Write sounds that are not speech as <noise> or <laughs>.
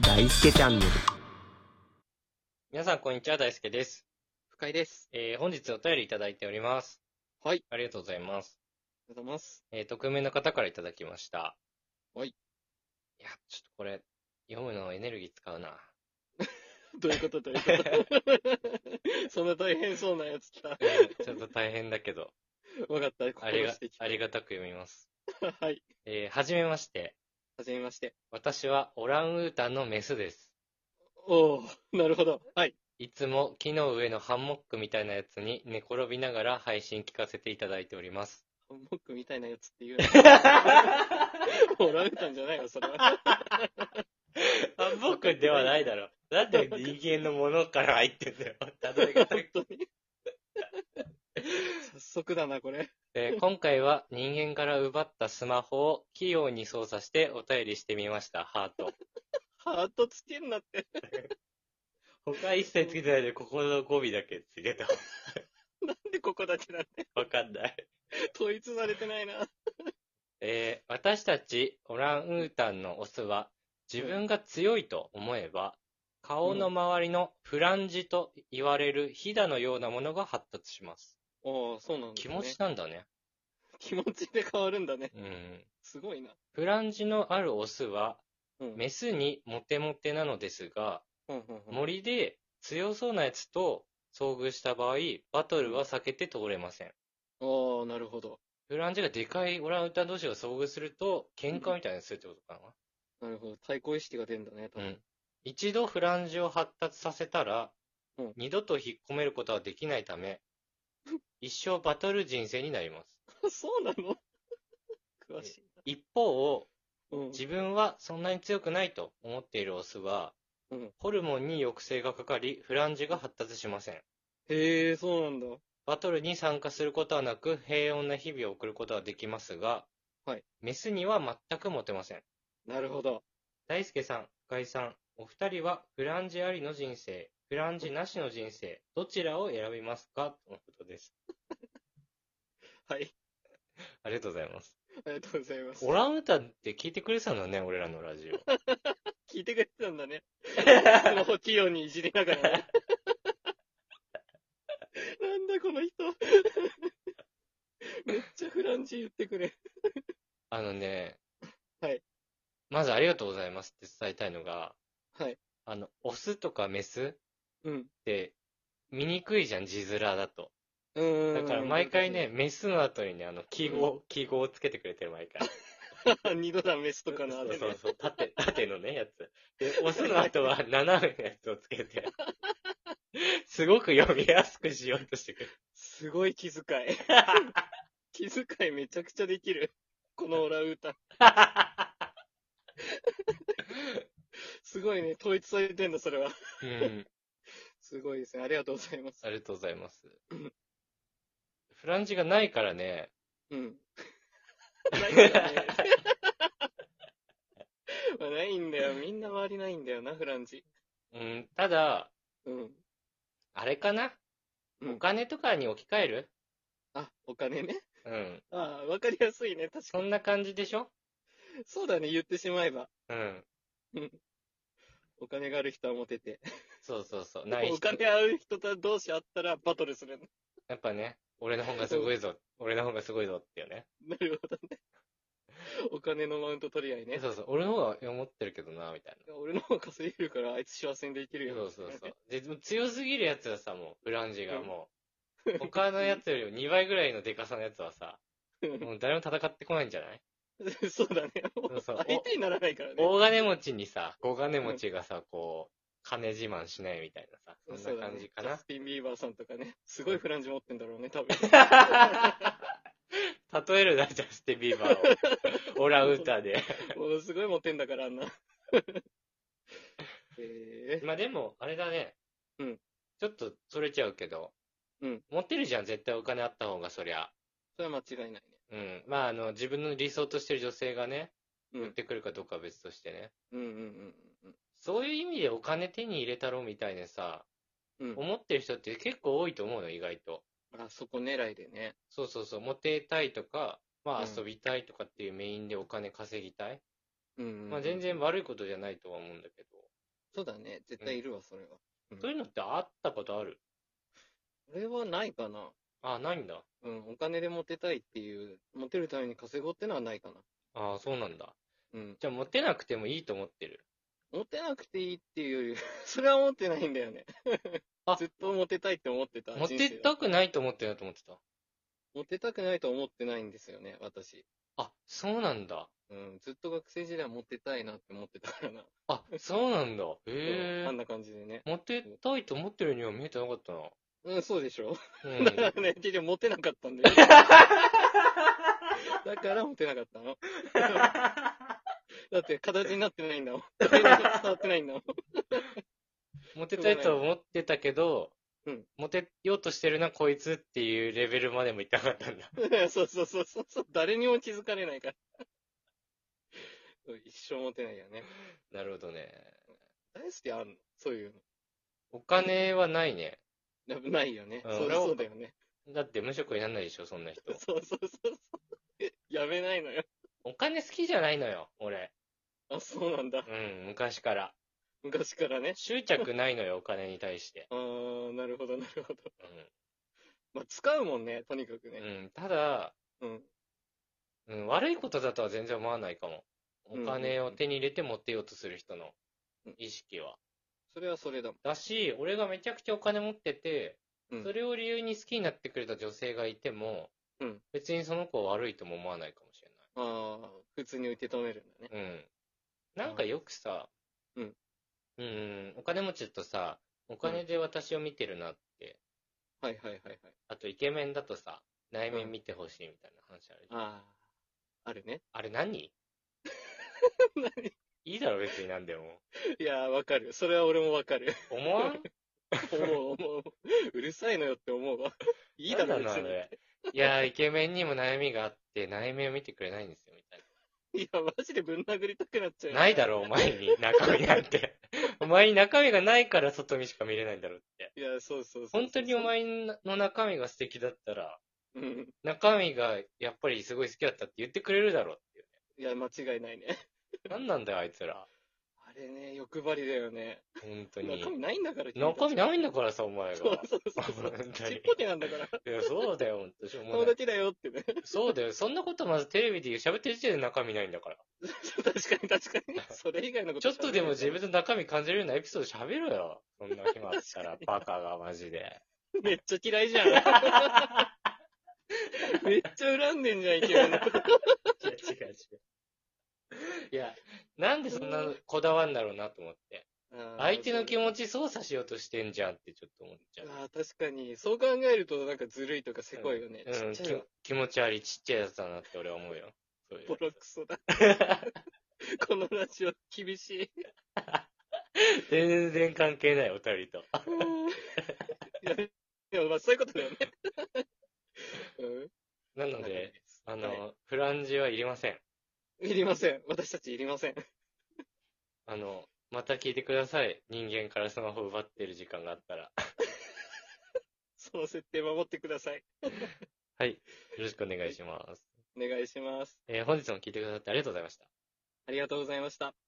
大輔チャンネル。皆さん、こんにちは。大輔です。深井です。えー本日お便りいただいております。はい。ありがとうございます。ありがとうございます。えー、匿名の方からいただきました。はいいや、ちょっとこれ、読むのエネルギー使うな。どういうことどういうこと <laughs> そんな大変そうなやつ来た。うんちょっと大変だけ <laughs> ど、わかった。あり心がしてき、た。ありがたく読みます。はい。えーはじめまして。はじめまして。私はオランウータンのメスです。おー、なるほど。はい。いつも木の上のハンモックみたいなやつに寝転びながら配信聞かせていただいております。 <laughs> ハンモックみたいなやつって <laughs> 言うな。オランウータンじゃないのそれは。ハンモックではないだろ。なんで人間のものから入ってん <laughs> だよ。例え本方が当に。早速だな、これ。えー今回は人間から奪ったスマホを器用に操作してお便りしてみました、ハート。ハートつけんなって。他一切つけてないで、ここの語尾だけつけた。なんでここだけなんてわかんない。統一されてないな。えー私たちオランウータンのオスは、自分が強いと思えば、顔の周りのフランジと言われるヒダのようなものが発達します。おー、そうなんだ、ね。気持ち。なんだね。気持ちで変わるんだね。うん。すごいな。フランジのあるオスは、うん。メスにモテモテなのですが、うんうんうん森で強そうなやつと遭遇した場合、バトルは避けて通れません。おー、なるほど。フランジェがでかいオランウータン同士が遭遇すると、喧嘩みたいにするってことかなるほど。対抗意識が出るんだね、多な。う分。ん。一度フランジを発達させたら、うん二度と引っ込めることはできないた <laughs> め、一生バトル人生になります。 <laughs> そうなの詳しい一方、な。うん。自分はそんなに強くないと思っているオスは、うんホルモンに抑制がかかり、フランジが発達しません。へえ、そうなんだ。バトルに参加することはなく、平穏な日々を送ることはできますが、はいメスには全くモテません。なるほど。大輔さん、深井さん、お二人はフランジありの人生、フランジなしの人生、どちらを選びますかとのことです。はい。ありがとうございます。ありがとうございますオ。ランウータンって聞いてくれてたんだね、俺らのラジ <laughs> オ。聞いてくれてたん <laughs> だね。スマホ器用にいじりながらね。なんだこの人。 <laughs> めっちゃフランジ言ってくれ。あのね、はいまずありがとうございますって伝えたいのが、はい。あの、オスとかメスっうん。て、醜いじゃん、字面だと。うーん。だから毎回ね、。メスの後にね、あの、記号、記号をつけてくれてる、毎回。 <laughs> 二度だ、メスとかのそ後うで、そうね。そう、縦、縦のね、やつ。で、オスの後は斜めのやつをつけ <laughs> て、すごく読みやすくしようとしてくる。すごい <laughs> 気遣い。気遣いめちゃくちゃできる。このオランウータン。すごいね、統一されてんだ、それは。うん、すごいですね。ありがとうございますあ。りがとうございます。フランジがないからね、うん。ないんだね。 <laughs> まあないんだよ。みんな周りないんだよな、フランジ。うん、ただ、うん。あれかな、うんお金とかに置き換えるあ、お金ね。うん。ああ、わかりやすいね。確かそんな感じでしょに。そうだね、言ってしまえば。うん。お金がある人はモテて。そうそうそう。ない人。お金ある人と同士あったらバトルする。やっぱね、俺の方がすごいぞ、俺の方がすごいぞっていうね。なるほどね。お金のマウント取り合いね。そうそう、俺の方が思ってるけどな、みたい俺の方が稼げるから、あいつ幸せにできるな。よ。そうそうみたそ。いうで、でも強すぎるやつはさ、もう、フランジがもう、他のやつよりも2倍ぐらいのデカさのやつはさ、もう誰も戦ってこないんじゃないなね <laughs> そうだね。うそう相手にならないからね。大金持ちにさ、小金持ちがさ、こう、金自慢しないみたいなさ、そんな感じかそうだねジャな。スティン・ビーバーさんとかね。 <laughs> すごいフランジ持ってんだろうね、<laughs> 多分。例えるな、ジャスティンビーバーを。オランウータンで。ものすごいモテんだから、あんな。 <laughs> え <laughs> まあでも、あれだね。うん。ちょっと、それちゃうけど。うん。持ってるじゃん、絶対お金あった方が、そりゃ。それは間違いないね。うん。まあ、あの、自分の理想としてる女性がね、うん寄ってくるかどうかは別としてね。うんうんうんそういう意味でお金手に入れたろみたいなさ、うんうん。思ってる人って結構多いと思うの、意外と。あそこ狙いでね。そうそうそう、モテたいとか、まあうん遊びたいとかっていうメインでお金稼ぎたい。うん、うん。まあ全。然悪いことじゃないとは思うんだけど。そうだね。絶対いるわ、それは。そういうのってあったことあるそれはないかな。あ、ないんだ。うん、お金でモテたいっていう、モテるために稼ごうってのはないかああ、そうなんだ。な。うん。じゃあ、モテなくてもいいと思ってる。モテなくていいっていうより、 <laughs> それは思ってないんだよね。あ <laughs> ずっとモテたいって思ってた。モテ人生だたくないと思ってると思ってた。モテたくないとは思ってないんですよね、私。あ、そうなんだ。うん、ずっと学生時代はモテたいなって思ってたからな。あ、そうなんだ。うへんあんえ。な感じでね。モテたいと思ってるには見えてなかったな。うん、そうでしょ。うんだから <laughs> ね、結局モテなかったん <laughs> だよ。だからモテなかっ <laughs> たの。だって形になってないんだもん。誰にも伝わってないんだもん。 <laughs> モテたいとは思ってたけど、うんモテようとしてるな、こいつっていうレベルまでもいってなかった <laughs> んだ。そうそうそうそうそう。誰にも気づかれないから。そう一生モテないよね。なるほどね。大好きあるのそういうお金はないね。の。なないよね。うそんう俺もそうだよね。だって無職にならないでしょ、そんな人。そうそうそうそう。やめないのよ。お金好きじゃないのよ、俺。あ、そうなんだ。うん、昔から。昔からね。執着ないのよ、お金に対して。あー、なるほど、なるほど。 <laughs> まあ、使うもんね、とにかくうん。ね。うん、ただ、うん。うん、悪いことだとは全然思わないかも。お金うんをうん手に入れて持ってようとする人のうん意識は。それはそれだもん。だし、俺がめちゃくちゃお金持ってて、うんそれを理由に好きになってくれた女性がいても、うん別にその子を悪いとも思わないかもしあー、普通に受け止めるんだれね。ない。うん。なんかよくさ、うん。うん、お金持ちだとさ、お金で私を見てるなって、はいはいはいはい。あとイケメンだとさ、内面見てほしいみたいな話あるじゃん。あー、あ <laughs> るね。あれ何いいだろ別になんでも。いやー、わかる。それは俺もわかる。思わん思う、思う。うるさいのよって思う <laughs> わ。いいだろ、なん別なに。のあれいやー、イケメンにも悩みがあって、内面を見てくれないんですよ、みたいいや、マジでぶん殴りたくなっちゃうよ。な。ないだろ、お前に中身なん <laughs> て。お前に中身がないから外見しか見れないんだろうって。いや、そうそうそうそう本当にお。前の中身が素敵だったら、うん。中身がやっぱりすごい好きだったって言ってくれるだろうっていういや、間違いないね。ね。何なんだよ、あいつら。あれね、欲張りだよね。本当に中。身ないんだから、君たち中身ないんだからさ、お前そうが。そうそうそう。本当ちにっぽけなんだから。いや、そうだよ、本当しょうも友ない。達だよってね。そうだよ、そんなことまずテレビで言う喋ってる時点で中身ないんだから。 <laughs> 確かに確 <laughs> かに。それ以外のこちょと。っとでも自分の中身感じるようなエピソード喋ろよ。そんな暇あったら、バカがマジで。 <laughs> めっちゃ嫌い <laughs> じゃん。めっちゃ恨んでんじゃん、イケメンの <laughs> こと。いや、違う違う。いや、なんでそんなこだわんだろうなと思って。相手の気持ち。ち操作しようとしてんじゃんってちょっと思っちゃう。あー確かに。そう考えると、なんかずるいとかせこいよね。うん、ちっちゃいわき気持ち悪いちっちゃいやつだなって俺は思うよ。そういうボロクソ <laughs> だ。このラジオ、厳しい。全然関係ない、お便りと。いやでもまあ、そういうことだよね。なうん。ので、あの、はフランジはいりません。い、いりません。私たちいりません。あの、また聞いてください。人間からスマホ奪ってる時間があったら。その設定守ってください。はい。よろしくお願いします。お願いします。えー本日も聞いてくださってありがとうございました。ありがとうございました。